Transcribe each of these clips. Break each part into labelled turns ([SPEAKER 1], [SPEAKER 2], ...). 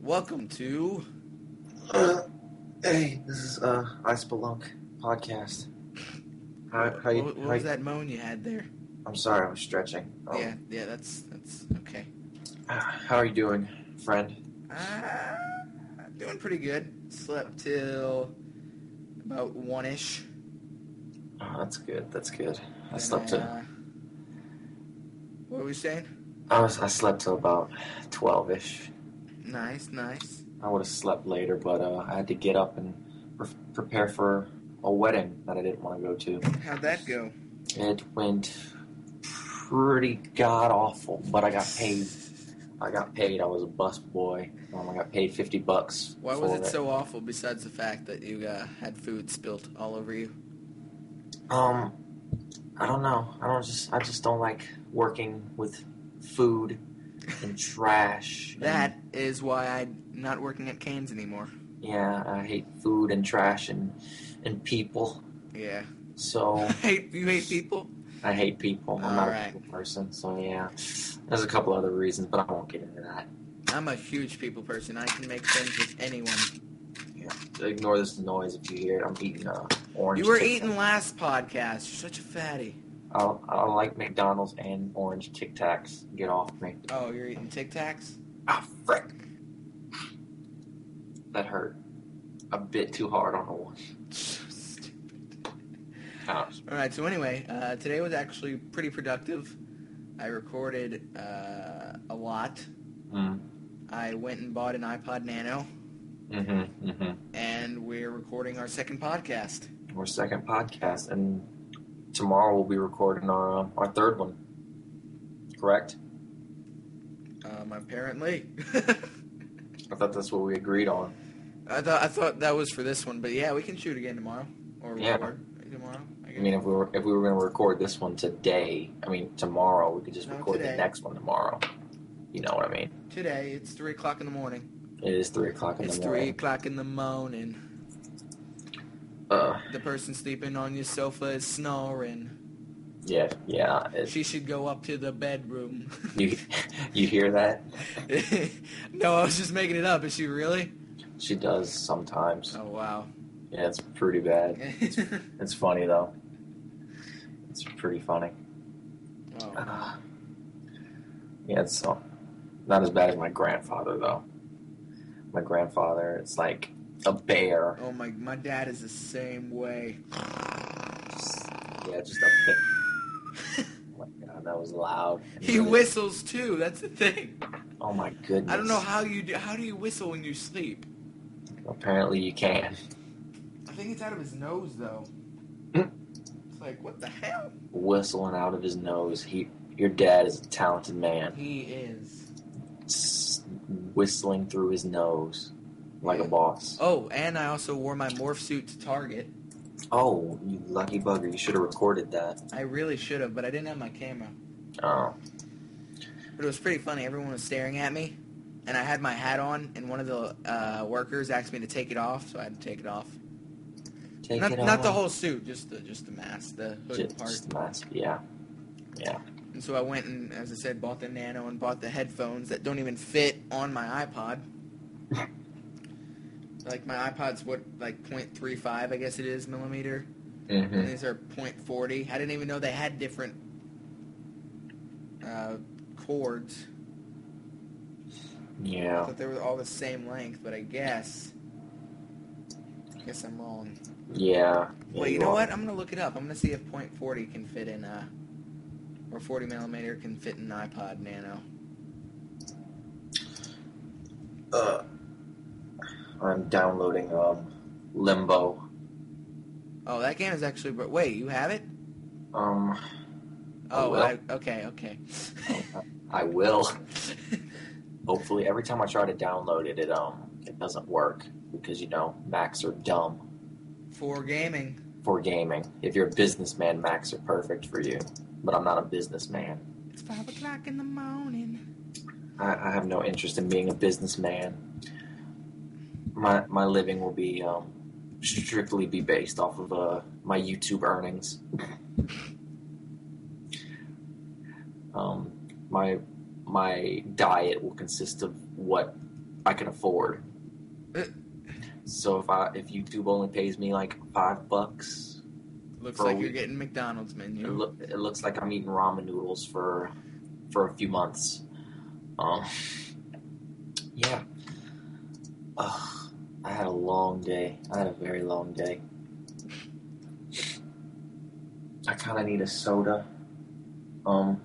[SPEAKER 1] Welcome to.
[SPEAKER 2] Uh, hey, this is uh, I Spelunk podcast. How, how you?
[SPEAKER 1] what, what
[SPEAKER 2] how
[SPEAKER 1] was
[SPEAKER 2] you-
[SPEAKER 1] that moan you had there?
[SPEAKER 2] I'm sorry, I was stretching. Um,
[SPEAKER 1] Yeah, yeah, that's that's okay.
[SPEAKER 2] How are you doing, friend?
[SPEAKER 1] Ah, doing pretty good. Slept till about one ish.
[SPEAKER 2] Oh, that's good. That's good. I slept till
[SPEAKER 1] uh, What were we saying?
[SPEAKER 2] I was I slept till about twelve ish.
[SPEAKER 1] Nice, nice.
[SPEAKER 2] I would have slept later, but uh, I had to get up and pre- prepare for a wedding that I didn't want to go to.
[SPEAKER 1] How'd that go?
[SPEAKER 2] It went pretty god awful, but I got paid. I got paid. I was a bus boy. Um, I got paid fifty bucks.
[SPEAKER 1] Why
[SPEAKER 2] for
[SPEAKER 1] was it so awful? Besides the fact that you uh, had food spilt all over you.
[SPEAKER 2] Um, I don't know. I don't just. I just don't like working with food and trash. and-
[SPEAKER 1] That is why I'm not working at Canes anymore.
[SPEAKER 2] yeah, I hate food and trash and and people.
[SPEAKER 1] Yeah.
[SPEAKER 2] So
[SPEAKER 1] hate you hate people.
[SPEAKER 2] I hate people. I'm not
[SPEAKER 1] Alright.
[SPEAKER 2] a people person. So yeah, there's a couple other reasons, but I won't get into that.
[SPEAKER 1] I'm a huge people person. I can make friends with anyone.
[SPEAKER 2] Ignore this noise if you hear it. I'm eating uh, orange.
[SPEAKER 1] You were
[SPEAKER 2] Tic Tacs.
[SPEAKER 1] eating last podcast. You're such a fatty.
[SPEAKER 2] I, I like McDonald's and orange Tic Tacs. Get off me.
[SPEAKER 1] Oh, you're eating Tic Tacs?
[SPEAKER 2] Ah, frick. That hurt. A bit too hard on the one. Ouch.
[SPEAKER 1] All right. So anyway, uh, today was actually pretty productive. I recorded uh, a lot.
[SPEAKER 2] Mm.
[SPEAKER 1] I went and bought an iPod Nano,
[SPEAKER 2] Mm-hmm. Mm-hmm.
[SPEAKER 1] and we're recording our second podcast.
[SPEAKER 2] Our second podcast, and tomorrow we'll be recording our um, our third one. Correct?
[SPEAKER 1] Um, apparently,
[SPEAKER 2] I thought that's what we agreed on.
[SPEAKER 1] I thought I thought that was for this one, but yeah, we can shoot again tomorrow or
[SPEAKER 2] Yeah.
[SPEAKER 1] record tomorrow. I
[SPEAKER 2] I
[SPEAKER 1] guess.
[SPEAKER 2] mean, if we were if we were going to record this one today, I mean tomorrow, we could just
[SPEAKER 1] No,
[SPEAKER 2] record
[SPEAKER 1] today.
[SPEAKER 2] the next one tomorrow. You know what I mean?
[SPEAKER 1] Today it's three o'clock in the morning.
[SPEAKER 2] It is three o'clock in
[SPEAKER 1] It's
[SPEAKER 2] the
[SPEAKER 1] three
[SPEAKER 2] morning.
[SPEAKER 1] o'clock in the morning.
[SPEAKER 2] Uh,
[SPEAKER 1] The person sleeping on your sofa is snoring.
[SPEAKER 2] yeah, yeah. It,
[SPEAKER 1] She should go up to the bedroom.
[SPEAKER 2] you you hear that?
[SPEAKER 1] no, I was just making it up. Is she really?
[SPEAKER 2] She does sometimes.
[SPEAKER 1] Oh wow.
[SPEAKER 2] Yeah, it's pretty bad.
[SPEAKER 1] oh,
[SPEAKER 2] It's funny though. It's pretty funny. Uh, yeah, it's uh, not as bad as my grandfather though. My grandfather, it's like a bear.
[SPEAKER 1] oh my! My dad is the same way.
[SPEAKER 2] Just- yeah, just a bear. Oh my god, that was loud.
[SPEAKER 1] He whistles too. That's the thing.
[SPEAKER 2] Oh my goodness.
[SPEAKER 1] I don't know how you do. How do you whistle when you sleep?
[SPEAKER 2] Apparently you can.
[SPEAKER 1] I think it's out of his nose though. it's like what the hell?
[SPEAKER 2] Whistling out of his nose. He, your dad is a talented man.
[SPEAKER 1] He is.
[SPEAKER 2] S- whistling through his nose like
[SPEAKER 1] Yeah.
[SPEAKER 2] a boss.
[SPEAKER 1] Oh, and I also wore my morph suit to Target.
[SPEAKER 2] Oh, you lucky bugger! You should have recorded that.
[SPEAKER 1] I really should have, but I didn't have my camera.
[SPEAKER 2] Oh,
[SPEAKER 1] But it was pretty funny. Everyone was staring at me, and I had my hat on, and one of the uh, workers asked me to take it off, so I had to take it off.
[SPEAKER 2] take
[SPEAKER 1] not,
[SPEAKER 2] it
[SPEAKER 1] not the
[SPEAKER 2] off.
[SPEAKER 1] whole suit, just the just the mask, the hood
[SPEAKER 2] Ju- Just,
[SPEAKER 1] part.
[SPEAKER 2] the mask. Yeah,
[SPEAKER 1] And so I went and, as I said, bought the Nano and bought the headphones that don't even fit on my iPod. like my iPod's what like 0.35, I guess it is millimeter.
[SPEAKER 2] mm-hmm.
[SPEAKER 1] And these are 0.40. I didn't even know they had different uh, cords. I
[SPEAKER 2] yeah.
[SPEAKER 1] thought they were all the same length, but I guess. I guess I'm wrong.
[SPEAKER 2] yeah, yeah.
[SPEAKER 1] Well, you know
[SPEAKER 2] are.
[SPEAKER 1] what? I'm gonna look it up. I'm gonna see if .40 can fit in a, or 40 millimeter can fit in an iPod Nano.
[SPEAKER 2] Uh, I'm downloading um Limbo.
[SPEAKER 1] Oh, that game is actually. But wait, you have it?
[SPEAKER 2] Um,
[SPEAKER 1] Oh,
[SPEAKER 2] Oh, well.
[SPEAKER 1] I, okay, okay.
[SPEAKER 2] I will. Hopefully, every time I try to download it, it um it doesn't work because you know Macs are dumb
[SPEAKER 1] For gaming,
[SPEAKER 2] for gaming. If you're a businessman, Macs are perfect for you. But I'm not a businessman.
[SPEAKER 1] it's five o'clock in the morning.
[SPEAKER 2] I, I have no interest in being a businessman. My my living will be um, strictly be based off of uh, my YouTube earnings. um, my my diet will consist of what I can afford. So if I if YouTube only pays me like five bucks,
[SPEAKER 1] Looks
[SPEAKER 2] For a
[SPEAKER 1] like you're
[SPEAKER 2] week.
[SPEAKER 1] getting McDonald's
[SPEAKER 2] it,
[SPEAKER 1] menu.
[SPEAKER 2] loo- it looks like I'm eating ramen noodles for for a few months. Um, yeah. Ugh, I had a long day. I had a very long day. I kind of need a soda. Um,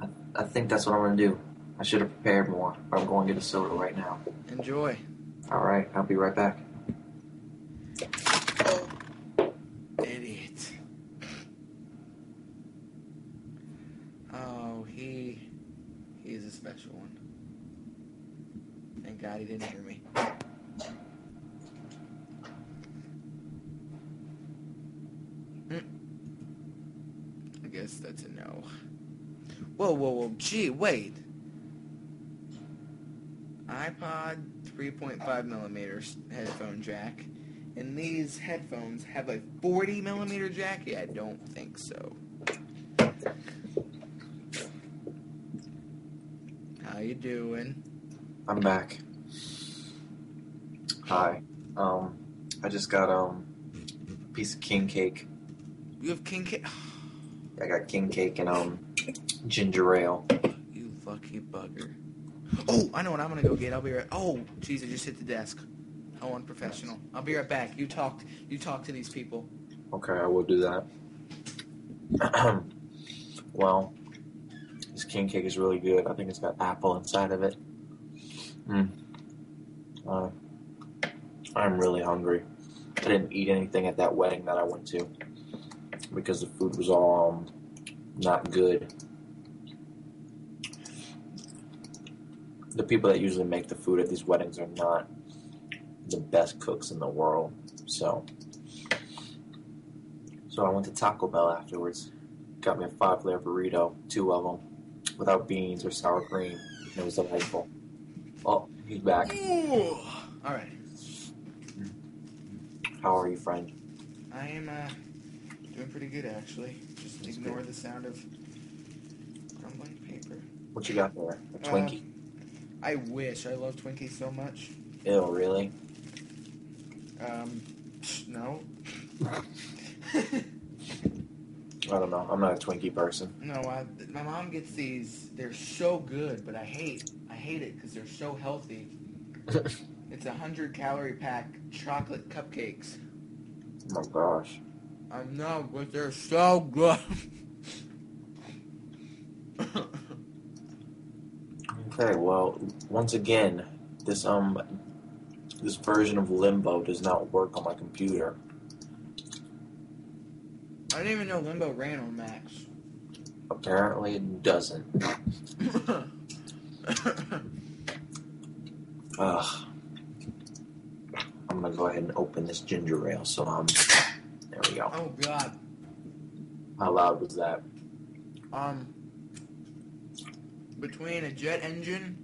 [SPEAKER 2] I, I think that's what I'm gonna do. I should have prepared more, but I'm going to get a soda right now.
[SPEAKER 1] Enjoy.
[SPEAKER 2] All right, I'll be right back.
[SPEAKER 1] Idiot. Oh, he he is a special one. Thank God he didn't hear me. Hmm. I guess that's a no. Whoa, whoa, whoa. Gee, wait. iPod 3.5 millimeter headphone jack. And these headphones have a 40 millimeter jack? Yeah, I don't think so. How you doing?
[SPEAKER 2] I'm back. Hi. Um, I just got um a piece of king cake.
[SPEAKER 1] You have king cake.
[SPEAKER 2] I got king cake and um ginger ale.
[SPEAKER 1] You lucky bugger. Oh, I know what I'm gonna go get. I'll be right. Oh, jeez, I just hit the desk. How unprofessional. I'll be right back. You talk. You talk to these people.
[SPEAKER 2] Okay, I will do that. well, this king cake is really good. I think it's got apple inside of it. Mm. Uh, I'm really hungry. I didn't eat anything at that wedding that I went to because the food was all um, not good. The people that usually make the food at these weddings are not the best cooks in the world. So, so I went to Taco Bell afterwards. Got me a five layer burrito, two of them, without beans or sour cream. And it was delightful. Oh, he's back.
[SPEAKER 1] Ooh. All right.
[SPEAKER 2] How are you, friend?
[SPEAKER 1] I am uh, doing pretty good actually. Just
[SPEAKER 2] That's
[SPEAKER 1] ignore
[SPEAKER 2] good.
[SPEAKER 1] the sound of crumbling paper.
[SPEAKER 2] What you got there?
[SPEAKER 1] Uh,
[SPEAKER 2] A Twinkie?
[SPEAKER 1] I wish. I love Twinkies so much.
[SPEAKER 2] Ew, really?
[SPEAKER 1] Um, psh, no.
[SPEAKER 2] I don't know. I'm not a Twinkie person.
[SPEAKER 1] no, I, my mom gets these. They're so good, but I hate. I hate it because they're so healthy. it's a hundred calorie pack chocolate cupcakes.
[SPEAKER 2] Oh my gosh.
[SPEAKER 1] I know, but they're so good.
[SPEAKER 2] Okay, well, once again, this um, this version of Limbo does not work on my computer.
[SPEAKER 1] I didn't even know Limbo ran on Max.
[SPEAKER 2] Apparently, it doesn't. Ugh. I'm gonna go ahead and open this ginger ale. So um, there we go.
[SPEAKER 1] oh God.
[SPEAKER 2] How loud was that?
[SPEAKER 1] Um, between a jet engine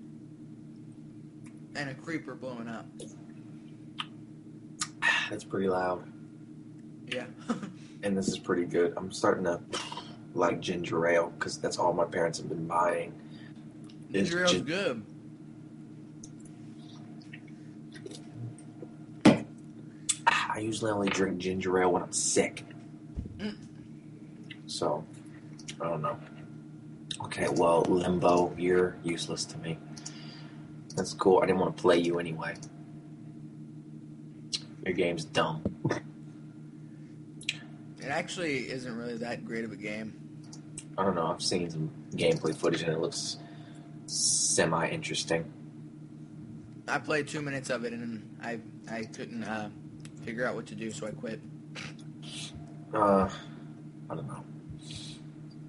[SPEAKER 1] and a creeper blowing up.
[SPEAKER 2] That's pretty loud.
[SPEAKER 1] Yeah.
[SPEAKER 2] and this is pretty good. I'm starting to like ginger ale because that's all my parents have been buying. It's
[SPEAKER 1] Israel's
[SPEAKER 2] gin-
[SPEAKER 1] good.
[SPEAKER 2] I usually only drink ginger ale when I'm sick.
[SPEAKER 1] Mm.
[SPEAKER 2] So, I don't know. Okay, well, Limbo, you're useless to me. That's cool. I didn't want to play you anyway. Your game's dumb.
[SPEAKER 1] It actually isn't really that great of a game.
[SPEAKER 2] I don't know. I've seen some gameplay footage and it looks semi interesting.
[SPEAKER 1] I played two minutes of it and I I couldn't uh, figure out what to do, so I quit.
[SPEAKER 2] Uh, I don't know.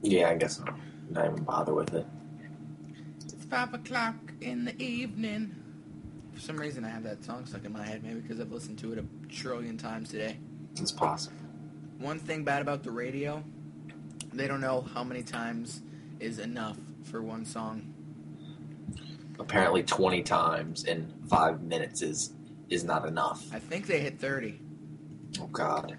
[SPEAKER 2] Yeah, I guess I'll not even bother with it.
[SPEAKER 1] It's five o'clock in the evening. For some reason, I have that song stuck in my head. Maybe because I've listened to it a trillion times today.
[SPEAKER 2] It's possible.
[SPEAKER 1] One thing bad about the radio, they don't know how many times is enough for one song.
[SPEAKER 2] Apparently, 20 times in five minutes is is not enough.
[SPEAKER 1] I think they hit 30.
[SPEAKER 2] Oh God,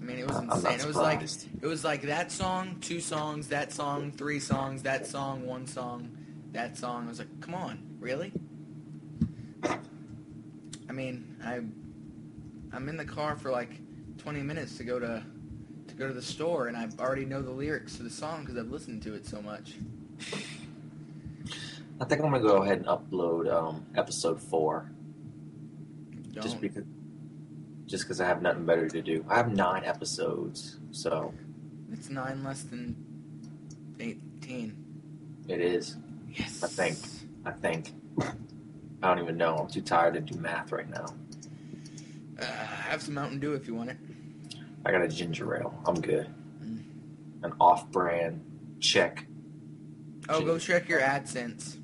[SPEAKER 1] I mean, it was
[SPEAKER 2] I- I'm
[SPEAKER 1] insane.
[SPEAKER 2] not
[SPEAKER 1] It was like
[SPEAKER 2] surprised.
[SPEAKER 1] it was like that song, two songs, that song, three songs, that song, one song, that song. I was like, come on, really? mean, I I'm in the car for like 20 minutes to go to to go to the store, and I already know the lyrics to the song because I've listened to it so much.
[SPEAKER 2] I think I'm gonna go ahead and upload um, episode 4
[SPEAKER 1] Don't.
[SPEAKER 2] just because just because I have nothing better to do. I have nine episodes, so
[SPEAKER 1] It's nine less than 18.
[SPEAKER 2] it is.
[SPEAKER 1] Yes.
[SPEAKER 2] I think. I think. I don't even know. I'm too tired to do math right now.
[SPEAKER 1] Uh, have some Mountain Dew if you want it.
[SPEAKER 2] I got a ginger ale. I'm good.
[SPEAKER 1] Mm.
[SPEAKER 2] An off-brand check.
[SPEAKER 1] Oh, go check your AdSense.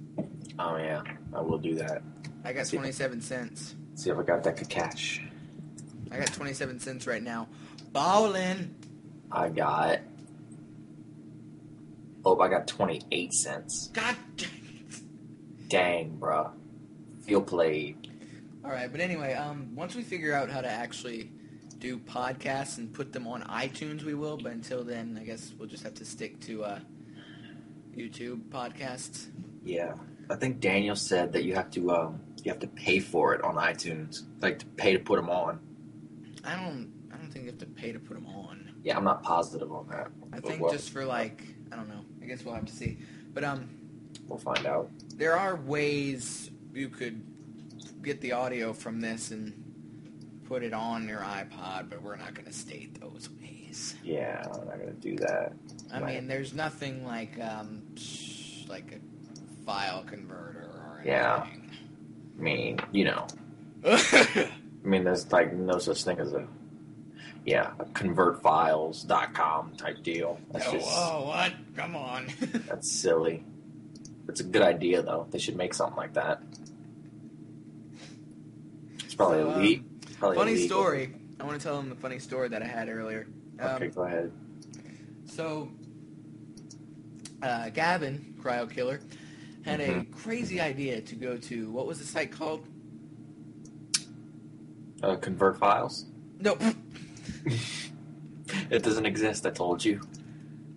[SPEAKER 2] Oh yeah, I will do that.
[SPEAKER 1] I got
[SPEAKER 2] See.
[SPEAKER 1] 27 cents.
[SPEAKER 2] See if I got that could catch.
[SPEAKER 1] I got 27 cents right now. Ballin'.
[SPEAKER 2] I got. Oh, I got 28 cents.
[SPEAKER 1] God dang it.
[SPEAKER 2] Dang, bruh. Feel played.
[SPEAKER 1] All right, but anyway, um, once we figure out how to actually do podcasts and put them on iTunes, we will. But until then, I guess we'll just have to stick to uh, YouTube podcasts.
[SPEAKER 2] Yeah. I think Daniel said that you have to um, you have to pay for it on iTunes, like to pay to put them on.
[SPEAKER 1] I don't, I don't think you have to pay to put them on.
[SPEAKER 2] Yeah, I'm not positive on that.
[SPEAKER 1] I
[SPEAKER 2] But
[SPEAKER 1] think
[SPEAKER 2] we'll,
[SPEAKER 1] just for like, I don't know. I guess we'll have to see. But um,
[SPEAKER 2] we'll find out.
[SPEAKER 1] there are ways you could get the audio from this and put it on your iPod, but we're not going to state those ways.
[SPEAKER 2] Yeah, I'm not gonna do that.
[SPEAKER 1] I
[SPEAKER 2] Right.
[SPEAKER 1] mean, there's nothing like um, sh- like a file converter or
[SPEAKER 2] Yeah.
[SPEAKER 1] anything.
[SPEAKER 2] I mean, you know,
[SPEAKER 1] Yeah.
[SPEAKER 2] I mean, there's like no such thing as a yeah a convertfiles.com type deal. That's just
[SPEAKER 1] oh, what? Come on.
[SPEAKER 2] that's silly. It's a good idea though. They should make something like that. It's probably
[SPEAKER 1] So, um,
[SPEAKER 2] elite. It's probably
[SPEAKER 1] funny
[SPEAKER 2] illegal.
[SPEAKER 1] story. I want to tell them the funny story that I had earlier. Um,
[SPEAKER 2] Okay, go ahead.
[SPEAKER 1] So, uh, Gavin, Cryo Killer, had a
[SPEAKER 2] Mm-hmm.
[SPEAKER 1] crazy idea to go to what was the site called?
[SPEAKER 2] Uh, convert files.
[SPEAKER 1] No, to
[SPEAKER 2] It doesn't exist. I told you.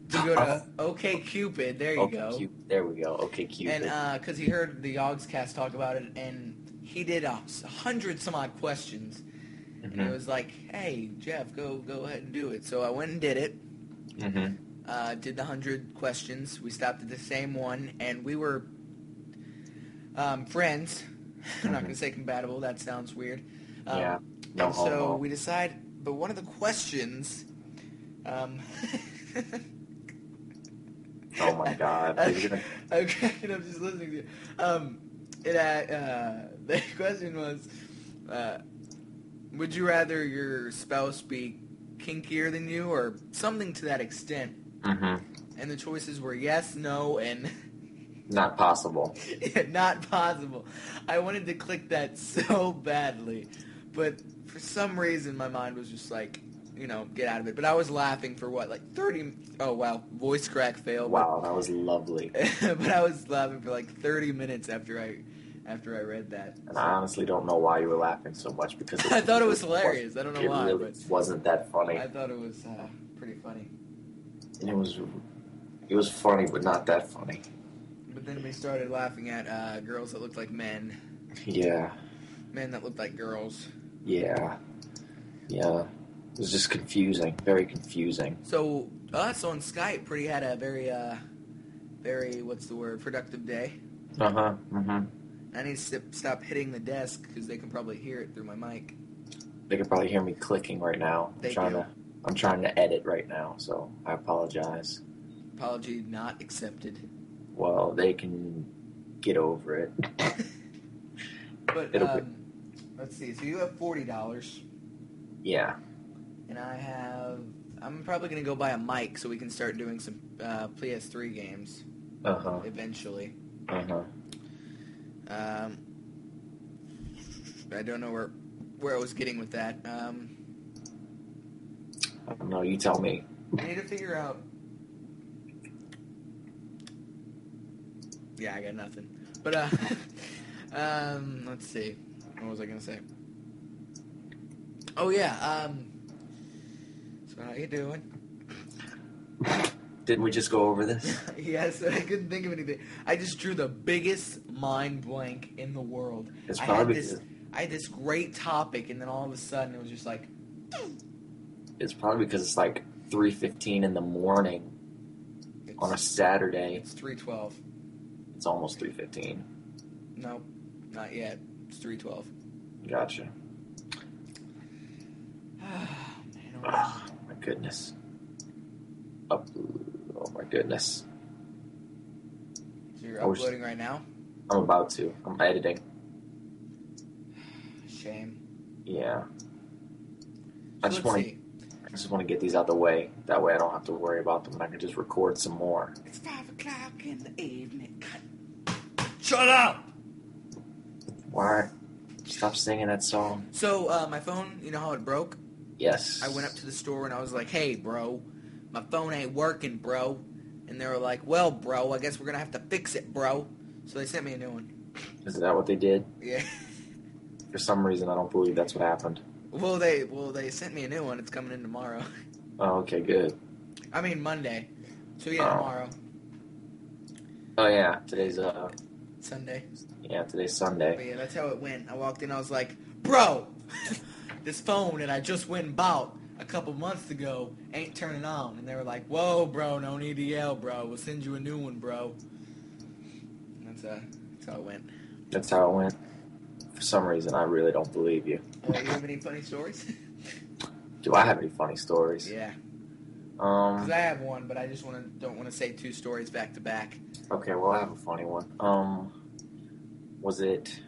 [SPEAKER 1] go to OKCupid. There you
[SPEAKER 2] okay,
[SPEAKER 1] go.
[SPEAKER 2] Oh. Cupid. There we go. Okay, Cupid.
[SPEAKER 1] And uh, because he heard the Yogscast talk about it, and he did a hundred some odd questions, and it
[SPEAKER 2] Mhm,
[SPEAKER 1] was like, "Hey Jeff, go go ahead and do it." So I went and did it.
[SPEAKER 2] mhm.
[SPEAKER 1] Uh, did the hundred questions. We stopped at the same one, and we were um, friends. I'm not gonna say compatible. That sounds weird. Um,
[SPEAKER 2] Mm-hmm. Yeah. No
[SPEAKER 1] and so
[SPEAKER 2] homo.
[SPEAKER 1] we decide. But one of the questions. Um,
[SPEAKER 2] Oh my god. He's gonna-
[SPEAKER 1] I'm cracking up just listening to you. Um, it, uh, uh, the question was, uh, would you rather your spouse be kinkier than you or something to that extent?
[SPEAKER 2] Mhm.
[SPEAKER 1] And the choices were yes, no, and
[SPEAKER 2] Not possible.
[SPEAKER 1] not possible. I wanted to click that so badly, but for some reason my mind was just like, you know, get out of it. But I was laughing for what, like 30, oh wow, voice crack fail. but-
[SPEAKER 2] Wow, that was lovely.
[SPEAKER 1] but I was laughing for like 30 minutes after I after I read that.
[SPEAKER 2] And I honestly don't know why you were laughing so much because
[SPEAKER 1] I thought it was hilarious. I don't know
[SPEAKER 2] It
[SPEAKER 1] why,
[SPEAKER 2] really
[SPEAKER 1] but
[SPEAKER 2] wasn't that funny.
[SPEAKER 1] I thought it was uh, pretty funny.
[SPEAKER 2] And it was, it was funny, but not that funny.
[SPEAKER 1] But then we started laughing at uh, girls that looked like men,
[SPEAKER 2] Yeah,
[SPEAKER 1] men that looked like girls.
[SPEAKER 2] yeah, yeah. It was just confusing, very confusing.
[SPEAKER 1] So us on Skype pretty had a very uh, very what's the word productive day.
[SPEAKER 2] Uh huh. hmm
[SPEAKER 1] I need to st- stop hitting the desk because they can probably hear it through my mic.
[SPEAKER 2] They could probably hear me clicking right now. I'm
[SPEAKER 1] They
[SPEAKER 2] trying
[SPEAKER 1] do.
[SPEAKER 2] to, I'm trying to edit right now, so I apologize.
[SPEAKER 1] Apology not accepted.
[SPEAKER 2] Well, they can get over it.
[SPEAKER 1] But
[SPEAKER 2] It'll be-
[SPEAKER 1] um, let's see. So you have forty dollars.
[SPEAKER 2] Yeah.
[SPEAKER 1] And I have. I'm probably gonna go buy a mic so we can start doing some uh, PS3 games
[SPEAKER 2] Uh huh.
[SPEAKER 1] eventually.
[SPEAKER 2] Uh huh.
[SPEAKER 1] Um, I don't know where where I was getting with that. Um,
[SPEAKER 2] I don't know. You tell me.
[SPEAKER 1] I need to figure out. Yeah, I got nothing. But uh, um, let's see. What was I gonna say? Oh yeah. Um. So how you doing?
[SPEAKER 2] Didn't we just go over this?
[SPEAKER 1] yes, I couldn't think of anything. I just drew the biggest mind blank in the world.
[SPEAKER 2] It's
[SPEAKER 1] I
[SPEAKER 2] probably
[SPEAKER 1] had this, I had this great topic, and then all of a sudden it was just like,
[SPEAKER 2] it's probably because it's like three fifteen in the morning
[SPEAKER 1] it's,
[SPEAKER 2] on a Saturday.
[SPEAKER 1] it's 312.
[SPEAKER 2] It's almost three fifteen.
[SPEAKER 1] No, not yet. It's 312.
[SPEAKER 2] Gotcha.
[SPEAKER 1] Man, oh my-
[SPEAKER 2] Oh my goodness. Up. Oh my goodness.
[SPEAKER 1] so you're
[SPEAKER 2] I was-
[SPEAKER 1] uploading right now?
[SPEAKER 2] I'm about to. I'm editing.
[SPEAKER 1] Shame.
[SPEAKER 2] Yeah. I
[SPEAKER 1] So
[SPEAKER 2] just
[SPEAKER 1] let's
[SPEAKER 2] wanna-
[SPEAKER 1] see.
[SPEAKER 2] I just want to get these out the way. That way I don't have to worry about them and I can just record some more.
[SPEAKER 1] It's 5 o'clock in the evening. Shut up!
[SPEAKER 2] Why? Stop singing that song.
[SPEAKER 1] So, uh, my phone, you know how it broke?
[SPEAKER 2] Yes.
[SPEAKER 1] I went up to the store and I was like, "Hey, bro, my phone ain't working, bro." And they were like, "Well, bro, I guess we're gonna have to fix it, bro." So they sent me a new one.
[SPEAKER 2] Is that what they did?
[SPEAKER 1] Yeah.
[SPEAKER 2] For some reason, I don't believe that's what happened.
[SPEAKER 1] Well, they well they sent me a new one. It's coming in tomorrow.
[SPEAKER 2] Oh, okay, good.
[SPEAKER 1] I mean Monday. So yeah,
[SPEAKER 2] Oh.
[SPEAKER 1] tomorrow,
[SPEAKER 2] Oh yeah, today's uh,
[SPEAKER 1] Sunday.
[SPEAKER 2] yeah, today's
[SPEAKER 1] But
[SPEAKER 2] Sunday.
[SPEAKER 1] yeah, that's how it went. I walked in, I was like, "Bro, this phone that I just went and bought a couple months ago ain't turning on." And they were like, "Whoa, bro, no need to yell, bro. We'll send you a new one, bro." And That's uh, that's how it went.
[SPEAKER 2] That's how it went. For some reason, I really don't believe you.
[SPEAKER 1] Well, you have any funny stories?
[SPEAKER 2] Do I have any funny stories?
[SPEAKER 1] yeah, because
[SPEAKER 2] Um.
[SPEAKER 1] I have one, but I just want to don't want to say two stories back to back.
[SPEAKER 2] Okay. Well, I have a funny one. Um. Was it?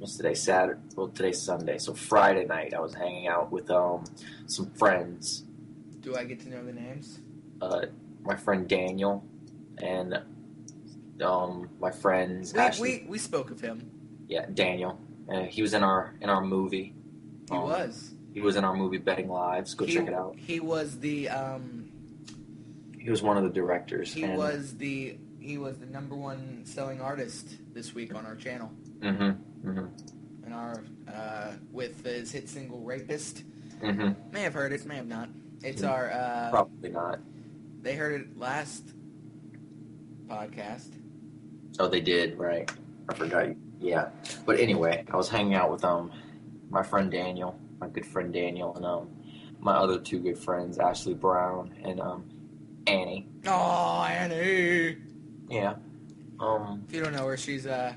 [SPEAKER 2] Was today Saturday? Well, today's Sunday. So Friday night, I was hanging out with um some friends.
[SPEAKER 1] Do I get to know the names?
[SPEAKER 2] uh, my friend Daniel and um, my friends
[SPEAKER 1] We,
[SPEAKER 2] Ashley.
[SPEAKER 1] we we spoke of him.
[SPEAKER 2] Yeah, Daniel. Uh, he was in our in our movie.
[SPEAKER 1] He
[SPEAKER 2] Um,
[SPEAKER 1] was.
[SPEAKER 2] He was in our movie Betting Lives. Go
[SPEAKER 1] he,
[SPEAKER 2] check it out.
[SPEAKER 1] He was the um.
[SPEAKER 2] He was one of the directors.
[SPEAKER 1] He
[SPEAKER 2] and,
[SPEAKER 1] was the he was the number one selling artist this week on our channel.
[SPEAKER 2] hmm hmm
[SPEAKER 1] And our uh, with his hit single "Rapist."
[SPEAKER 2] hmm
[SPEAKER 1] May have heard it, may have not. It's
[SPEAKER 2] Mm.
[SPEAKER 1] our uh,
[SPEAKER 2] Probably not.
[SPEAKER 1] they heard it last podcast.
[SPEAKER 2] Oh, they did. Right. I forgot. Yeah. But anyway, I was hanging out with um my friend Daniel, my good friend Daniel, and um my other two good friends Ashley Brown and um Annie.
[SPEAKER 1] Oh, Annie.
[SPEAKER 2] Yeah. Um.
[SPEAKER 1] If you don't know her, she's uh,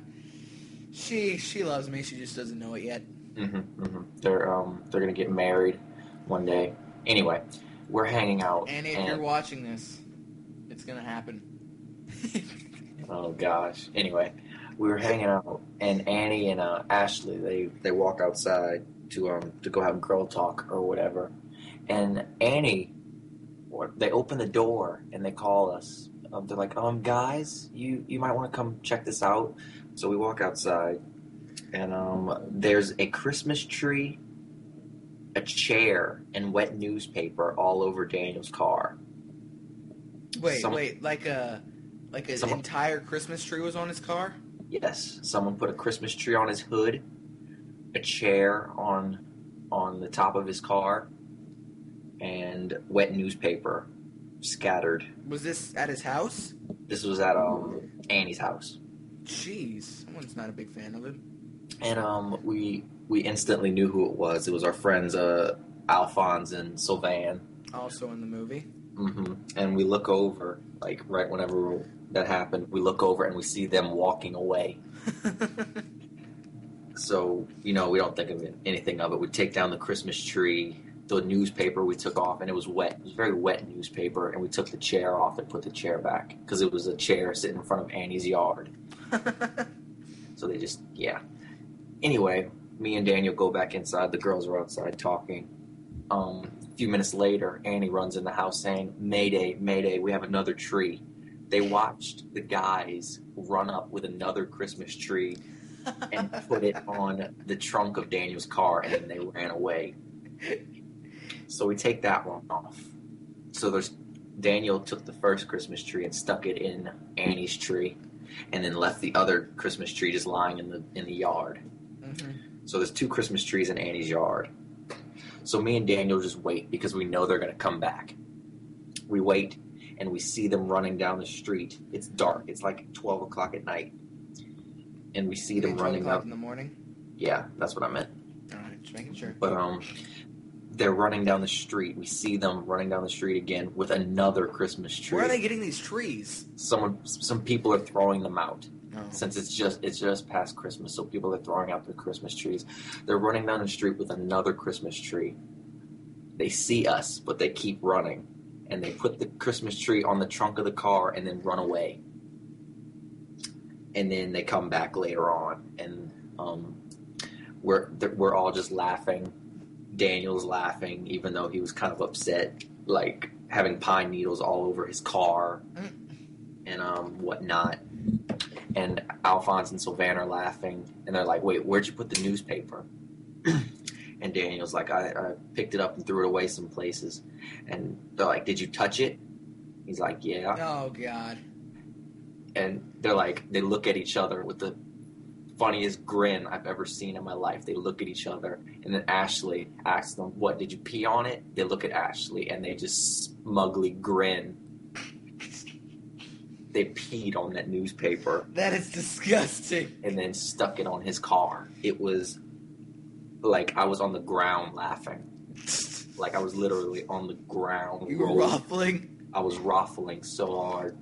[SPEAKER 1] she she loves me. She just doesn't know it yet.
[SPEAKER 2] hmm hmm They're um. They're gonna get married one day. Anyway, we're hanging out.
[SPEAKER 1] And if
[SPEAKER 2] Uh,
[SPEAKER 1] you're watching this, it's gonna happen.
[SPEAKER 2] oh gosh. Anyway, we were hanging out, and Annie and uh, Ashley they they walk outside to um to go have girl talk or whatever, and Annie, or- they open the door and they call us. Um, they're like, um, guys, you you might want to come check this out. So we walk outside, and um, there's a Christmas tree, a chair, and wet newspaper all over Daniel's car.
[SPEAKER 1] wait,
[SPEAKER 2] Some-
[SPEAKER 1] wait, like a like his
[SPEAKER 2] Some-
[SPEAKER 1] entire Christmas tree was on his car.
[SPEAKER 2] Yes, someone put a Christmas tree on his hood, a chair on on the top of his car, and wet newspaper scattered.
[SPEAKER 1] Was this at his house?
[SPEAKER 2] This was at um, Annie's house,
[SPEAKER 1] Jeez, someone's not a big fan of him.
[SPEAKER 2] and um, we we instantly knew who it was. It was our friends uh, Alphonse and Sylvan.
[SPEAKER 1] Also in the movie.
[SPEAKER 2] hmm And we look over, like right whenever that happened, we look over and we see them walking away. So, you know, we don't think of it- anything of it. We take down the Christmas tree, the newspaper we took off, and it was wet. It was very wet newspaper, and we took the chair off and put the chair back because it was a chair sitting in front of Annie's yard. So they just, yeah. Anyway, me and Daniel go back inside. The girls are outside talking. Um, a few minutes later, Annie runs in the house saying, Mayday, Mayday, we have another tree. They watched the guys run up with another Christmas tree and put it on the trunk of Daniel's car, and then they ran away. So we take that one off. So there's Daniel took the first Christmas tree and stuck it in Annie's tree, and then left the other Christmas tree just lying in the in the yard.
[SPEAKER 1] Mhm.
[SPEAKER 2] So there's two Christmas trees in Annie's yard. So me and Daniel just wait because we know they're gonna come back. We wait, and we see them running down the street. It's dark. It's like twelve o'clock at night, and we see them
[SPEAKER 1] Okay, 12
[SPEAKER 2] running
[SPEAKER 1] o'clock
[SPEAKER 2] up.
[SPEAKER 1] in the morning.
[SPEAKER 2] Yeah, that's what I meant.
[SPEAKER 1] All right, just making sure.
[SPEAKER 2] But um, they're running down the street. We see them running down the street again with another Christmas tree.
[SPEAKER 1] Where are they getting these trees?
[SPEAKER 2] Someone, some people are throwing them out.
[SPEAKER 1] Oh.
[SPEAKER 2] since it's just it's just past Christmas, so people are throwing out their Christmas trees. They're running down the street with another Christmas tree. They see us, but they keep running, and they put the Christmas tree on the trunk of the car and then run away. And then they come back later on, and um, we're th- we're all just laughing. Daniel's laughing, even though he was kind of upset, like having pine needles all over his car
[SPEAKER 1] Mm.
[SPEAKER 2] and um, whatnot. And Alphonse and Sylvan are laughing, and they're like, "Wait, where'd you put the newspaper?" and Daniel's like, I, "I picked it up and threw it away some places." And they're like, "Did you touch it?" He's like, "Yeah."
[SPEAKER 1] Oh God.
[SPEAKER 2] and they're like they look at each other with the funniest grin I've ever seen in my life. They look at each other, and then Ashley asks them, "What did you pee on it?" They look at Ashley, and they just smugly grin. They peed on that newspaper
[SPEAKER 1] That is disgusting.
[SPEAKER 2] and then stuck it on his car. It was like I was on the ground laughing. Like I was literally on the ground.
[SPEAKER 1] You were
[SPEAKER 2] rolling.
[SPEAKER 1] ruffling.
[SPEAKER 2] I was ruffling so hard.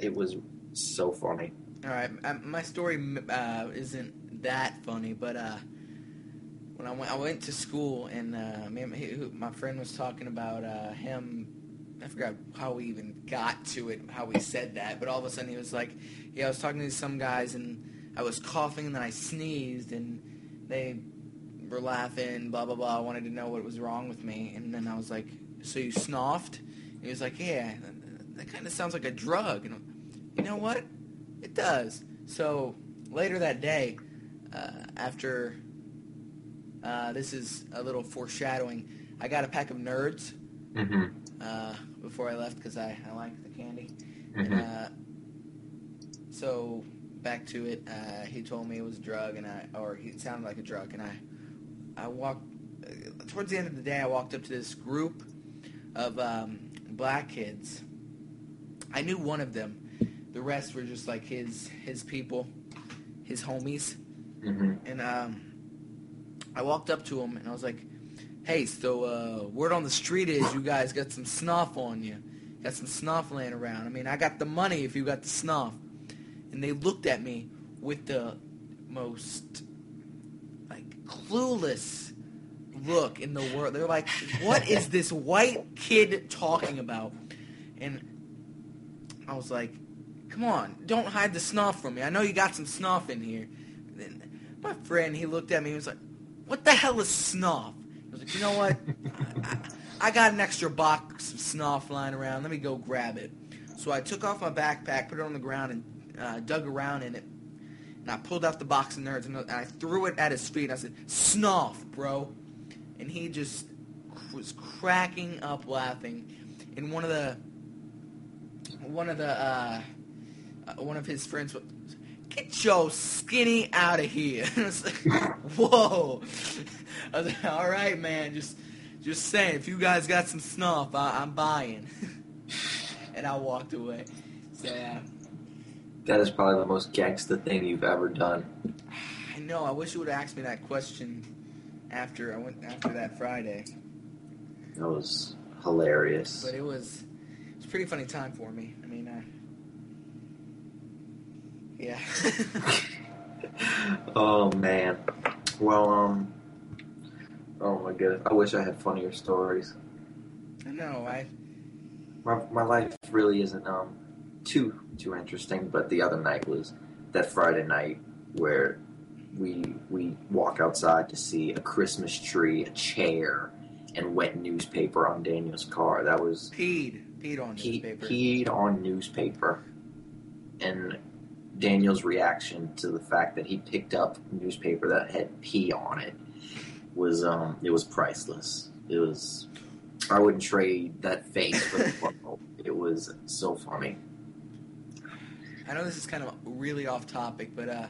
[SPEAKER 2] It was so funny.
[SPEAKER 1] All right, um, my story m- uh, isn't that funny, but uh, when I went, I went to school, and uh, me, and my- who- my friend was talking about uh, him. I forgot how we even got to it, how we said that, but all of a sudden he was like, "Yeah, I was talking to some guys, and I was coughing, and then I sneezed, and they were laughing, blah blah blah. I wanted to know what was wrong with me, and then I was like, "So you snuffed?" And he was like, "Yeah, that- that kind of sounds like a drug." And I'm, you know what? It does. So later that day, uh, after uh, this is a little foreshadowing, I got a pack of Nerds
[SPEAKER 2] hmm
[SPEAKER 1] uh, before I left because I, I like the candy.
[SPEAKER 2] hmm
[SPEAKER 1] Uh, so back to it. Uh, he told me it was a drug, and I or he it sounded like a drug, and I I walked uh, towards the end of the day. I walked up to this group of um, black kids. I knew one of them. The rest were just like his his people, his homies,
[SPEAKER 2] hmm
[SPEAKER 1] and um, I walked up to him and I was like, "Hey, so uh, word on the street is you guys got some snuff on you, got some snuff laying around. I mean, I got the money if you got the snuff." And they looked at me with the most like clueless look in the world. They're like, "What is this white kid talking about?" And I was like, "Come on, don't hide the snuff from me. I know you got some snuff in here." And then my friend, he looked at me. He was like, "What the hell is snuff?" I was like, "You know what? I, I got an extra box of snuff lying around. Let me go grab it." So I took off my backpack, put it on the ground, and uh, dug around in it. And I pulled out the box of nerds and I threw it at his feet. And I said, "Snuff, bro!" And he just was cracking up laughing. And one of the one of the uh, uh, one of his friends was, "Get your skinny out of here!" And I was like, "Whoa!" I was like, "All right, man, just just saying. If you guys got some snuff, I, I'm buying." and I walked away. So yeah,
[SPEAKER 2] That is probably the most gangsta thing you've ever done.
[SPEAKER 1] I know. I wish you would have asked me that question after I went after that Friday,
[SPEAKER 2] That was hilarious.
[SPEAKER 1] but it was it was a pretty funny time for me. I mean, uh, yeah.
[SPEAKER 2] oh man. Well, um. Oh my goodness. I wish I had funnier stories.
[SPEAKER 1] I know. I
[SPEAKER 2] My my life really isn't um too too interesting. But the other night was that Friday night where we we walk outside to see a Christmas tree, a chair, and wet newspaper on Daniel's car. That was
[SPEAKER 1] peed peed on
[SPEAKER 2] He
[SPEAKER 1] newspaper.
[SPEAKER 2] peed on newspaper, and Daniel's reaction to the fact that he picked up newspaper that had pee on it was um it was priceless. It was I wouldn't trade that face for the world. It was so funny.
[SPEAKER 1] I know this is kind of really off topic, but uh,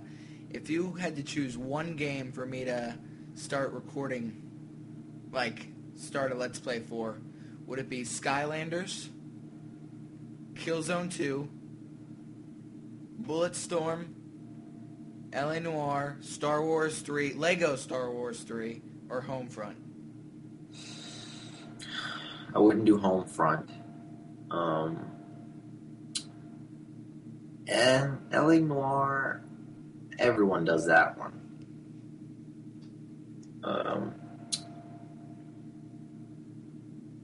[SPEAKER 1] if you had to choose one game for me to start recording, like start a Let's Play for, would it be Skylanders, Killzone 2, Bulletstorm, LA Noir, Star Wars 3, Lego Star Wars 3, or Homefront?
[SPEAKER 2] I wouldn't do home front. Um, and LA Noir, everyone does that one. Um,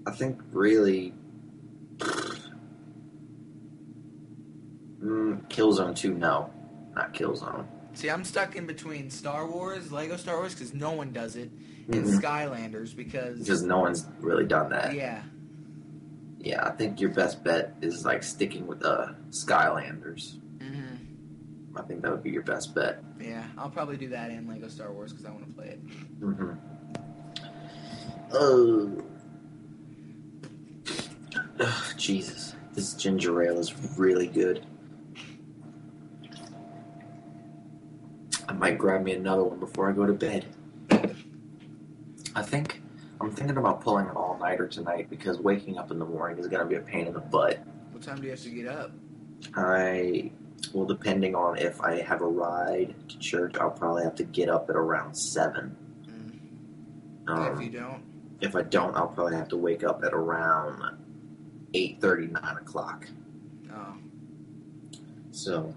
[SPEAKER 2] I think really. Mm, Killzone 2, no. Not Killzone.
[SPEAKER 1] See, I'm stuck in between Star Wars, Lego Star Wars, because no one does it, and
[SPEAKER 2] Mm-mm.
[SPEAKER 1] Skylanders, because.
[SPEAKER 2] Because no one's really done Mm-hmm. that.
[SPEAKER 1] yeah.
[SPEAKER 2] Yeah, I think your best bet is like sticking with uh, Skylanders.
[SPEAKER 1] hmm
[SPEAKER 2] I think that would be your best bet.
[SPEAKER 1] Yeah, I'll probably do that and Lego Star Wars because I want to play it.
[SPEAKER 2] Mm-hmm. Oh. Ugh, Jesus, this ginger ale is really good. I might grab me another one before I go to bed. I think I'm thinking about pulling an all nighter tonight because waking up in the morning is going to be a pain in the butt.
[SPEAKER 1] What time do you have to get up?
[SPEAKER 2] I well, depending on if I have a ride to church, I'll probably have to get up at around seven.
[SPEAKER 1] if you
[SPEAKER 2] Um,
[SPEAKER 1] don't,
[SPEAKER 2] if I don't, I'll probably have to wake up at around eight thirty, nine o'clock.
[SPEAKER 1] oh,
[SPEAKER 2] So,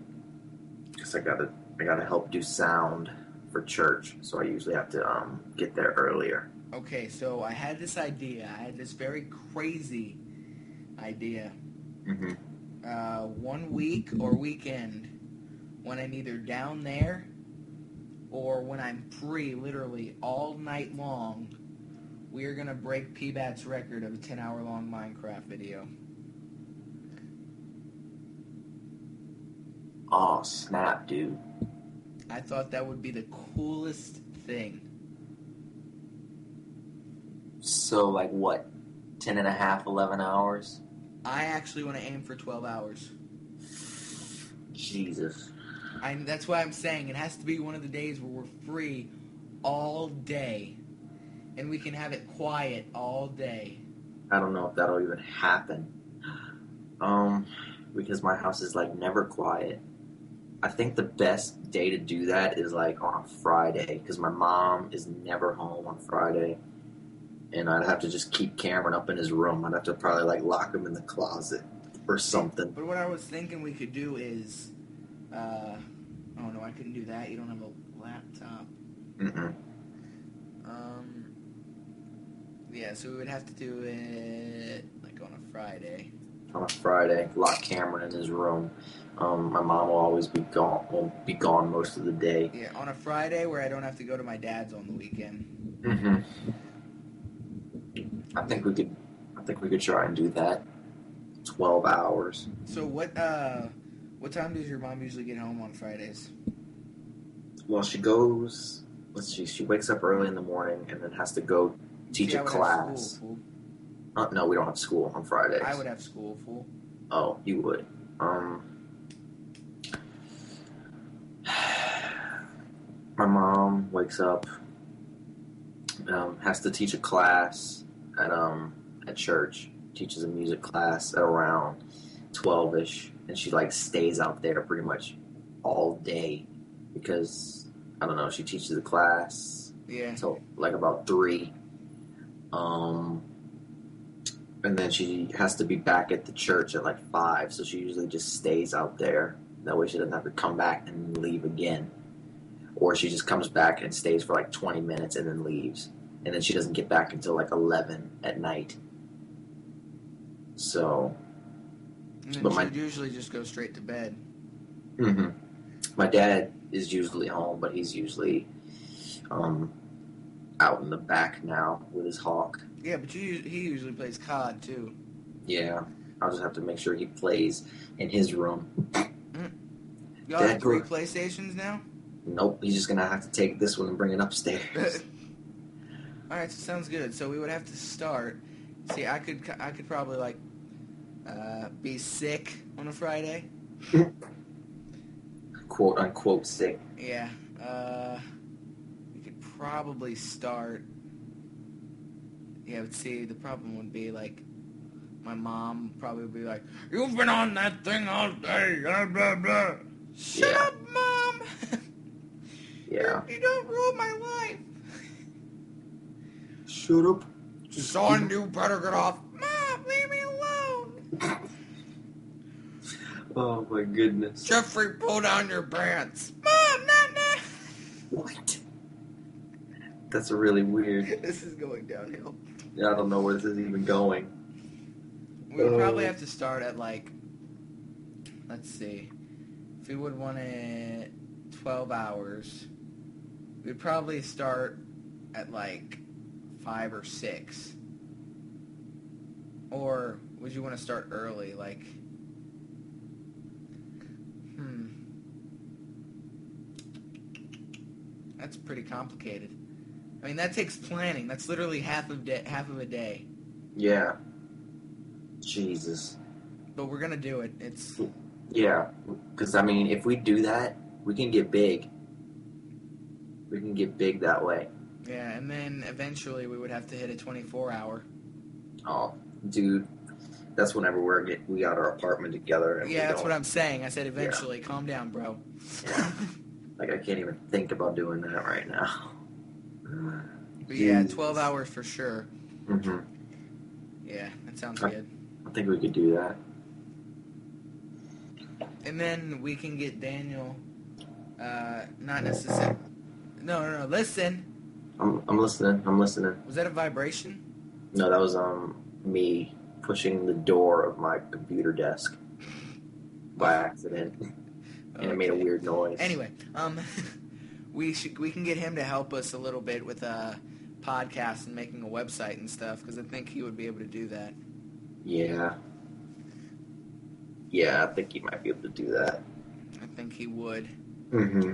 [SPEAKER 2] because I gotta, I gotta help do sound for church, so I usually have to um, get there earlier.
[SPEAKER 1] okay. So I had this idea. I had this very crazy idea.
[SPEAKER 2] Mm-hmm.
[SPEAKER 1] Uh, one week or weekend when I'm either down there or when I'm free, literally all night long, we are gonna break PBAT's record of a 10-hour-long Minecraft video.
[SPEAKER 2] Oh snap, dude!
[SPEAKER 1] I thought that would be the coolest thing.
[SPEAKER 2] So like what, 10 and a half, 11 hours?
[SPEAKER 1] I actually want to aim for 12 hours.
[SPEAKER 2] Jesus.
[SPEAKER 1] I, that's why I'm saying it has to be one of the days where we're free all day, and we can have it quiet all day.
[SPEAKER 2] I don't know if that'll even happen. Um, because my house is like never quiet. I think the best day to do that is like on a Friday because my mom is never home on Friday, and I'd have to just keep Cameron up in his room. I'd have to probably like lock him in the closet or something.
[SPEAKER 1] But what I was thinking we could do is, uh, oh no, I couldn't do that. You don't have a laptop.
[SPEAKER 2] Mm-mm.
[SPEAKER 1] Um, yeah, so we would have to do it like on a Friday.
[SPEAKER 2] On a Friday, lock Cameron in his room. Um, my mom will always be gone. Will be gone most of the day.
[SPEAKER 1] Yeah, on a Friday where I don't have to go to my dad's on the weekend.
[SPEAKER 2] hmm I think we could. I think we could try and do that. Twelve hours.
[SPEAKER 1] So what? Uh, what time does your mom usually get home on Fridays?
[SPEAKER 2] Well, she goes. Let's see. She wakes up early in the morning and then has to go teach
[SPEAKER 1] See, I
[SPEAKER 2] a
[SPEAKER 1] would have school,
[SPEAKER 2] class.
[SPEAKER 1] fool.
[SPEAKER 2] Uh, no, we don't have school on Fridays.
[SPEAKER 1] I would have school, fool.
[SPEAKER 2] Oh, you would. Um. My mom wakes up. Um, has to teach a class at um at church. Teaches a music class at around twelve ish, and she like stays out there pretty much all day because I don't know. She teaches a class
[SPEAKER 1] Yeah.
[SPEAKER 2] until like about three. Um, and then she has to be back at the church at like five, so she usually just stays out there. That way she doesn't have to come back and leave again. Or she just comes back and stays for like 20 minutes and then leaves. And then she doesn't get back until like 11 at night. So,
[SPEAKER 1] And then
[SPEAKER 2] But
[SPEAKER 1] she
[SPEAKER 2] my-
[SPEAKER 1] would usually just go straight to bed.
[SPEAKER 2] hmm my dad is usually home, but he's usually um, out in the back now with his hawk.
[SPEAKER 1] Yeah, but you, he usually plays COD too.
[SPEAKER 2] Yeah, I'll just have to make sure he plays in his room.
[SPEAKER 1] Y'all have
[SPEAKER 2] Dad,
[SPEAKER 1] three
[SPEAKER 2] bro.
[SPEAKER 1] PlayStations now.
[SPEAKER 2] Nope, he's just gonna have to take this one and bring it
[SPEAKER 1] All
[SPEAKER 2] upstairs.
[SPEAKER 1] right, so sounds good. So we would have to start. See, I could, I could probably like uh, be sick on a Friday.
[SPEAKER 2] "Quote unquote" sick.
[SPEAKER 1] Yeah. Uh, we could probably start. Yeah, but see, the problem would be like my mom would probably be like, "You've been on that thing all day." Blah blah blah. Shut
[SPEAKER 2] Yeah.
[SPEAKER 1] up, mom.
[SPEAKER 2] Yeah.
[SPEAKER 1] you don't ruin my life.
[SPEAKER 2] Shoot up.
[SPEAKER 1] Son, you better get off. Mom, leave me alone.
[SPEAKER 2] Oh my goodness.
[SPEAKER 1] Jeffrey, pull down your pants. Mom, not now.
[SPEAKER 2] What? That's really weird.
[SPEAKER 1] This is going downhill.
[SPEAKER 2] Yeah, I don't know where this is even going.
[SPEAKER 1] We would probably
[SPEAKER 2] Uh,
[SPEAKER 1] have to start at like, let's see, if we would want it 12 hours, we'd probably start at like five or six. Or would you want to start early, like? Hmm. That's pretty complicated. I mean, that takes planning. That's literally half of day, half of a day.
[SPEAKER 2] Yeah. Jesus.
[SPEAKER 1] But we're gonna do it. It's
[SPEAKER 2] Yeah. Because, I mean, if we do that, we can get big. We can get big that way.
[SPEAKER 1] yeah, and then eventually we would have to hit a 24 hour.
[SPEAKER 2] Oh, dude. That's whenever we're get, we got our apartment together. And
[SPEAKER 1] Yeah,
[SPEAKER 2] we
[SPEAKER 1] that's
[SPEAKER 2] don't-
[SPEAKER 1] what I'm saying. I said eventually. Calm down, bro.
[SPEAKER 2] Yeah. Like, I can't even think about doing that right now.
[SPEAKER 1] But yeah,
[SPEAKER 2] Jeez.
[SPEAKER 1] 12 hours for sure.
[SPEAKER 2] hmm
[SPEAKER 1] Yeah, that sounds
[SPEAKER 2] Okay.
[SPEAKER 1] good.
[SPEAKER 2] I think we could do that.
[SPEAKER 1] And then we can get Daniel. Uh, not necessarily. No, no, no. Listen,
[SPEAKER 2] I'm, I'm listening. I'm listening.
[SPEAKER 1] was that a vibration?
[SPEAKER 2] No, that was um me pushing the door of my computer desk by accident, and it made a
[SPEAKER 1] Okay.
[SPEAKER 2] weird noise.
[SPEAKER 1] Anyway, um, we should we can get him to help us a little bit with a podcast and making a website and stuff because I think he would be able to do that.
[SPEAKER 2] Yeah. Yeah, I think you might be able to do that.
[SPEAKER 1] I think he would.
[SPEAKER 2] Mm-hmm.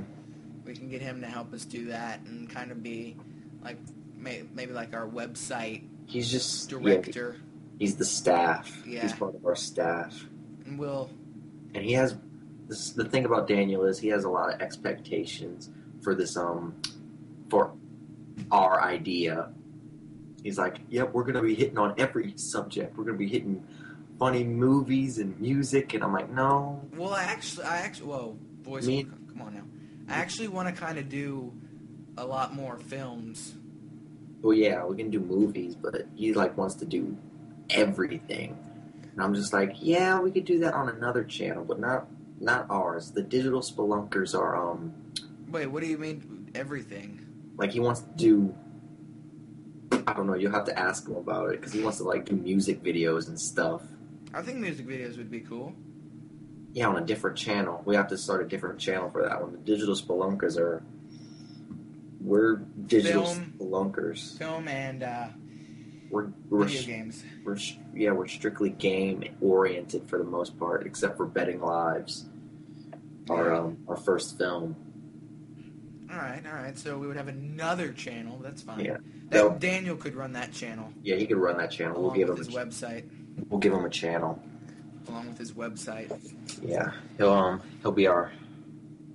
[SPEAKER 1] we can get him to help us do that and kind of be like may, maybe like our website
[SPEAKER 2] He's just Yeah,
[SPEAKER 1] director
[SPEAKER 2] he's the staff.
[SPEAKER 1] Yeah.
[SPEAKER 2] He's part of our staff,
[SPEAKER 1] and we'll
[SPEAKER 2] and he has. This, the thing about Daniel is he has a lot of expectations for this um for our idea. He's like, "Yep, we're gonna be hitting on every subject. We're gonna be hitting funny movies and music." And I'm like, "No,
[SPEAKER 1] well I actually I actually whoa boys
[SPEAKER 2] Me-
[SPEAKER 1] come on now I actually want to kind of do a lot more films
[SPEAKER 2] well, Oh, yeah, we can do movies, but he like wants to do everything." And I'm just like, "Yeah, we could do that on another channel, but not not ours. The digital spelunkers are um
[SPEAKER 1] wait what do you mean everything
[SPEAKER 2] like he wants to do." I don't know. You'll have to ask him about it because he wants to like do music videos and stuff.
[SPEAKER 1] I think music videos would be cool
[SPEAKER 2] Yeah, on a different channel. We have to start a different channel for that one. The digital spelunkers are. We're digital
[SPEAKER 1] Film.
[SPEAKER 2] spelunkers.
[SPEAKER 1] film and uh,
[SPEAKER 2] We're we're,
[SPEAKER 1] video games
[SPEAKER 2] we're yeah we're strictly game oriented for the most part, except for Betting Lives, our um, our first film.
[SPEAKER 1] all right all right so we would have another channel that's fine
[SPEAKER 2] Yeah.
[SPEAKER 1] that,
[SPEAKER 2] That-
[SPEAKER 1] Daniel could run that channel
[SPEAKER 2] Yeah, he could run that channel. We'll
[SPEAKER 1] along
[SPEAKER 2] give
[SPEAKER 1] with
[SPEAKER 2] him
[SPEAKER 1] his
[SPEAKER 2] a,
[SPEAKER 1] website
[SPEAKER 2] we'll give him a channel.
[SPEAKER 1] along with his website
[SPEAKER 2] Yeah, he'll um he'll be our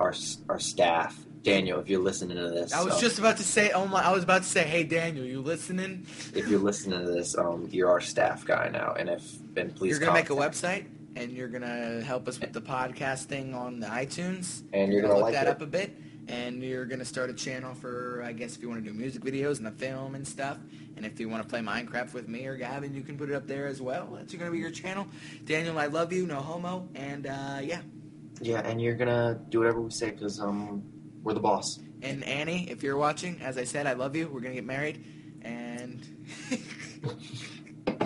[SPEAKER 2] our s- our staff. Daniel, if you're listening to this,
[SPEAKER 1] I was
[SPEAKER 2] um,
[SPEAKER 1] just about to say, oh my! I was about to say, hey Daniel, you listening?
[SPEAKER 2] if you're listening to this, um you're our staff guy now, and if and please
[SPEAKER 1] you're gonna make a
[SPEAKER 2] contact-
[SPEAKER 1] website, and you're gonna help us with the podcast thing on the iTunes.
[SPEAKER 2] and you're gonna
[SPEAKER 1] look
[SPEAKER 2] like
[SPEAKER 1] that
[SPEAKER 2] it.
[SPEAKER 1] up a bit, and you're gonna start a channel for, I guess, if you want to do music videos and the film and stuff. And if you want to play Minecraft with me or Gavin, you can put it up there as well. That's gonna be your channel. Daniel, I love you. No homo. And uh, yeah.
[SPEAKER 2] Yeah, and you're gonna do whatever we say because um, we're the boss.
[SPEAKER 1] And Annie, if you're watching, as I said, I love you. We're gonna get married, and.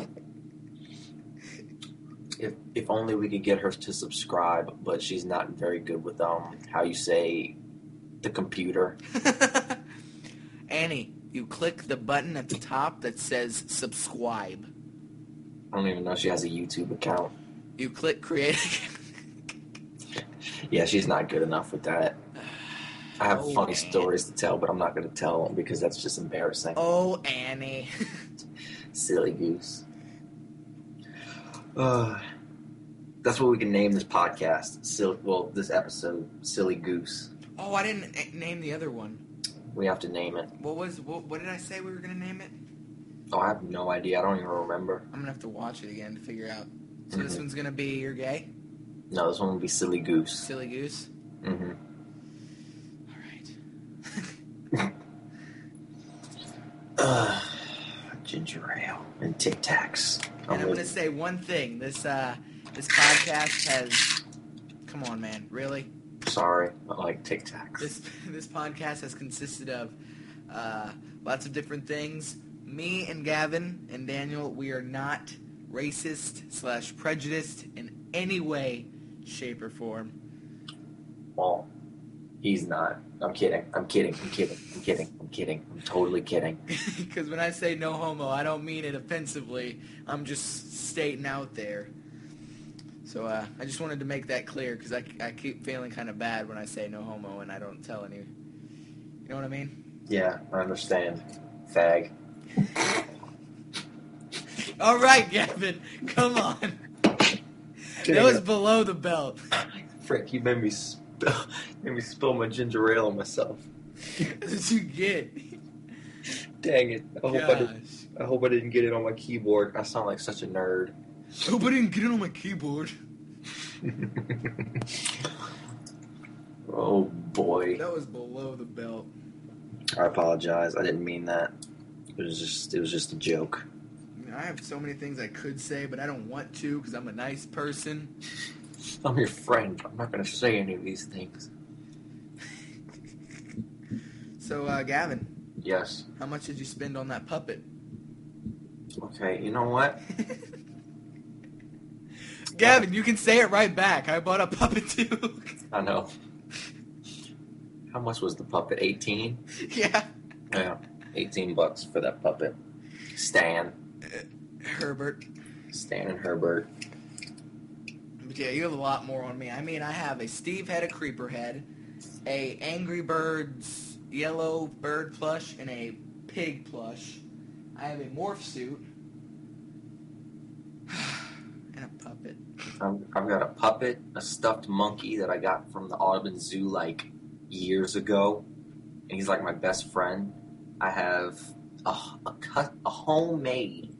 [SPEAKER 2] If if only we could get her to subscribe, but she's not very good with um how you say the computer.
[SPEAKER 1] Annie, you click the button at the top that says subscribe.
[SPEAKER 2] I don't even know if she has a YouTube account.
[SPEAKER 1] You click create.
[SPEAKER 2] Yeah, she's not good enough with that. I have
[SPEAKER 1] Oh,
[SPEAKER 2] funny
[SPEAKER 1] man.
[SPEAKER 2] stories to tell, but I'm not gonna tell them because that's just embarrassing.
[SPEAKER 1] oh, Annie.
[SPEAKER 2] Silly goose. Uh, that's what we can name this podcast. Sil- well, this episode, silly goose.
[SPEAKER 1] Oh, I didn't a- name the other one.
[SPEAKER 2] We have to name it.
[SPEAKER 1] What was what? What did I say we were gonna name it?
[SPEAKER 2] Oh, I have no idea. I don't even remember.
[SPEAKER 1] I'm gonna have to watch it again to figure out. So this
[SPEAKER 2] Mhm.
[SPEAKER 1] one's gonna be you're gay,
[SPEAKER 2] No, this one would be Silly Goose.
[SPEAKER 1] silly goose.
[SPEAKER 2] hmm
[SPEAKER 1] All right.
[SPEAKER 2] Ugh, ginger ale and Tic Tacs.
[SPEAKER 1] And
[SPEAKER 2] I'm
[SPEAKER 1] I'm
[SPEAKER 2] with-
[SPEAKER 1] gonna say one thing. This uh, this podcast has. Come on, man. Really?
[SPEAKER 2] sorry, I like Tic Tacs.
[SPEAKER 1] This this podcast has consisted of uh, lots of different things. Me and Gavin and Daniel, we are not racist slash prejudiced in any way, shape, or form.
[SPEAKER 2] Well, he's not. I'm kidding. I'm kidding. I'm kidding. I'm kidding. I'm kidding. I'm totally kidding.
[SPEAKER 1] Because when I say no homo, I don't mean it offensively. I'm just stating out there. So uh, I just wanted to make that clear because I, I keep feeling kind of bad when I say no homo and I don't tell any. You know what I mean?
[SPEAKER 2] Yeah, I understand. Fag.
[SPEAKER 1] All right, Gavin, come on. That was below the belt.
[SPEAKER 2] Frick, you made me spill, made me spill my ginger ale on myself.
[SPEAKER 1] That's what you get.
[SPEAKER 2] Dang it! I hope I,
[SPEAKER 1] Gosh.
[SPEAKER 2] didn't, I hope I didn't get it on my keyboard. I sound like such a nerd.
[SPEAKER 1] Hope I didn't get it on my keyboard.
[SPEAKER 2] oh boy!
[SPEAKER 1] That was below the belt.
[SPEAKER 2] I apologize. I didn't mean that. It was just it was just a joke.
[SPEAKER 1] I, mean, I have so many things I could say, but I don't want to because I'm a nice person.
[SPEAKER 2] I'm your friend. I'm not gonna say any of these things.
[SPEAKER 1] So, uh, Gavin,
[SPEAKER 2] Yes.
[SPEAKER 1] how much did you spend on that puppet?
[SPEAKER 2] Okay. You know what?
[SPEAKER 1] Gavin, you can say it right back. I bought a puppet too.
[SPEAKER 2] I know. How much was the puppet? 18?
[SPEAKER 1] yeah.
[SPEAKER 2] Yeah. 18 bucks for that puppet. Stan.
[SPEAKER 1] Herbert.
[SPEAKER 2] Stan and Herbert.
[SPEAKER 1] But yeah, you have a lot more on me. I mean, I have a Steve head, a creeper head, a Angry Birds yellow bird plush, and a pig plush. I have a morph suit and a puppet.
[SPEAKER 2] I'm, I've got a puppet, a stuffed monkey that I got from the Audubon Zoo like years ago. And he's like my best friend. I have a, a, cut, a homemade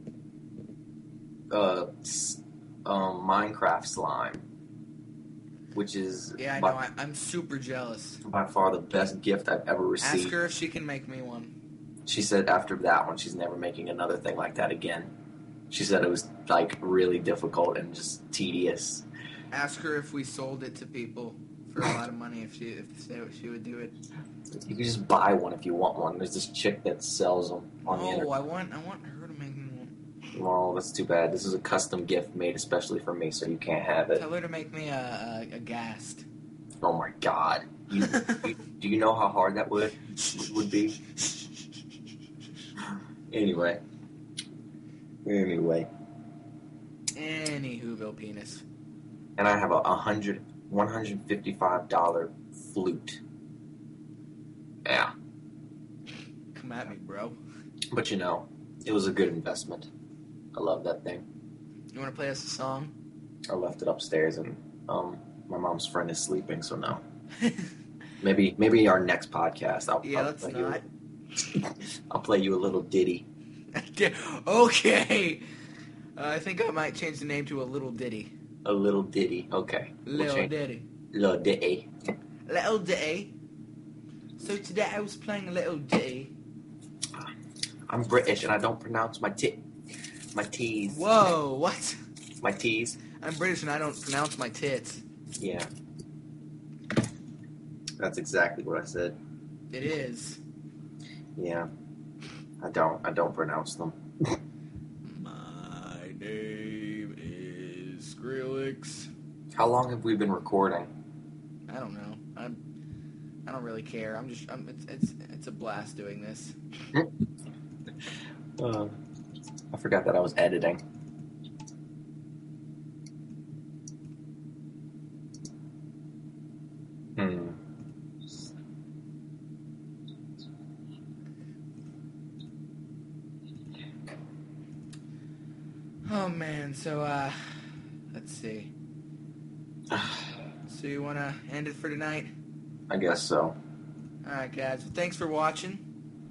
[SPEAKER 2] uh, s- um, Minecraft slime, which is
[SPEAKER 1] Yeah, I know.
[SPEAKER 2] by,
[SPEAKER 1] I, I'm super jealous.
[SPEAKER 2] by far the best gift I've ever received.
[SPEAKER 1] Ask her if she can make me one.
[SPEAKER 2] She said after that one, she's never making another thing like that again. She said it was like really difficult and just tedious.
[SPEAKER 1] Ask her if we sold it to people for a lot of money. If she if they, she would do it.
[SPEAKER 2] You can just buy one if you want one. There's this chick that sells them on the
[SPEAKER 1] Oh,
[SPEAKER 2] internet.
[SPEAKER 1] I want I want her to make me one.
[SPEAKER 2] Well, that's too bad. This is a custom gift made especially for me, so you can't have it.
[SPEAKER 1] Tell her to make me a a, a ghast.
[SPEAKER 2] Oh my god. You, you, do you know how hard that would would be? Anyway. Anyway.
[SPEAKER 1] Any Whoville penis.
[SPEAKER 2] And I have a 100 $155 flute. Yeah.
[SPEAKER 1] Come at me, bro.
[SPEAKER 2] But you know, it was a good investment. I love that thing.
[SPEAKER 1] You want to play us a song?
[SPEAKER 2] I left it upstairs, and um, my mom's friend is sleeping, so no. Maybe maybe our next podcast, I'll,
[SPEAKER 1] yeah,
[SPEAKER 2] I'll
[SPEAKER 1] let's
[SPEAKER 2] play
[SPEAKER 1] not.
[SPEAKER 2] You, I'll play you a little ditty.
[SPEAKER 1] okay. Uh, I think I might change the name to a little ditty.
[SPEAKER 2] A little ditty. Okay. We'll
[SPEAKER 1] Little
[SPEAKER 2] change-
[SPEAKER 1] ditty.
[SPEAKER 2] little ditty.
[SPEAKER 1] Little ditty. So today I was playing a little ditty.
[SPEAKER 2] I'm British, and I don't pronounce my tit, my t's,
[SPEAKER 1] Whoa, what?
[SPEAKER 2] my t's.
[SPEAKER 1] I'm British and I don't pronounce my tits.
[SPEAKER 2] Yeah. That's exactly what I said.
[SPEAKER 1] It is
[SPEAKER 2] Yeah. I don't. I don't pronounce them.
[SPEAKER 1] My name is Skrillex.
[SPEAKER 2] How long have we been recording?
[SPEAKER 1] I don't know. I'm. I don't really care. I'm just. I'm, it's, it's. It's a blast doing this.
[SPEAKER 2] Uh, I forgot that I was editing. Hmm.
[SPEAKER 1] Oh man. So uh, let's see. So you wanna end it for tonight?
[SPEAKER 2] I guess so.
[SPEAKER 1] All right, guys. Well, thanks for watching.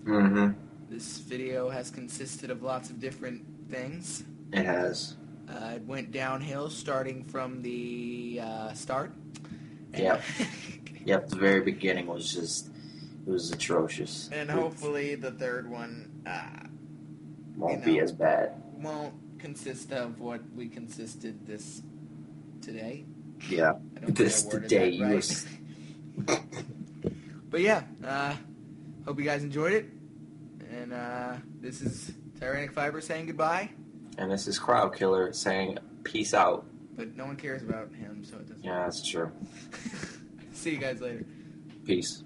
[SPEAKER 2] Mm-hmm.
[SPEAKER 1] This video has consisted of lots of different things.
[SPEAKER 2] It has.
[SPEAKER 1] Uh, it went downhill starting from the uh, start.
[SPEAKER 2] Yep. Yep, the very beginning was just it was atrocious.
[SPEAKER 1] and
[SPEAKER 2] It
[SPEAKER 1] hopefully the third one uh,
[SPEAKER 2] won't
[SPEAKER 1] you
[SPEAKER 2] be
[SPEAKER 1] know.
[SPEAKER 2] as bad.
[SPEAKER 1] won't consist of what we consisted this today.
[SPEAKER 2] Yeah.
[SPEAKER 1] I don't
[SPEAKER 2] This
[SPEAKER 1] think I worded
[SPEAKER 2] today
[SPEAKER 1] that
[SPEAKER 2] you
[SPEAKER 1] right.
[SPEAKER 2] was-
[SPEAKER 1] But yeah, uh, hope you guys enjoyed it. And uh, this is Tyrannic Fiber saying goodbye,
[SPEAKER 2] And this is Crowd Killer saying peace out.
[SPEAKER 1] but no one cares about him, so it doesn't.
[SPEAKER 2] Yeah, that's true.
[SPEAKER 1] See you guys later.
[SPEAKER 2] Peace.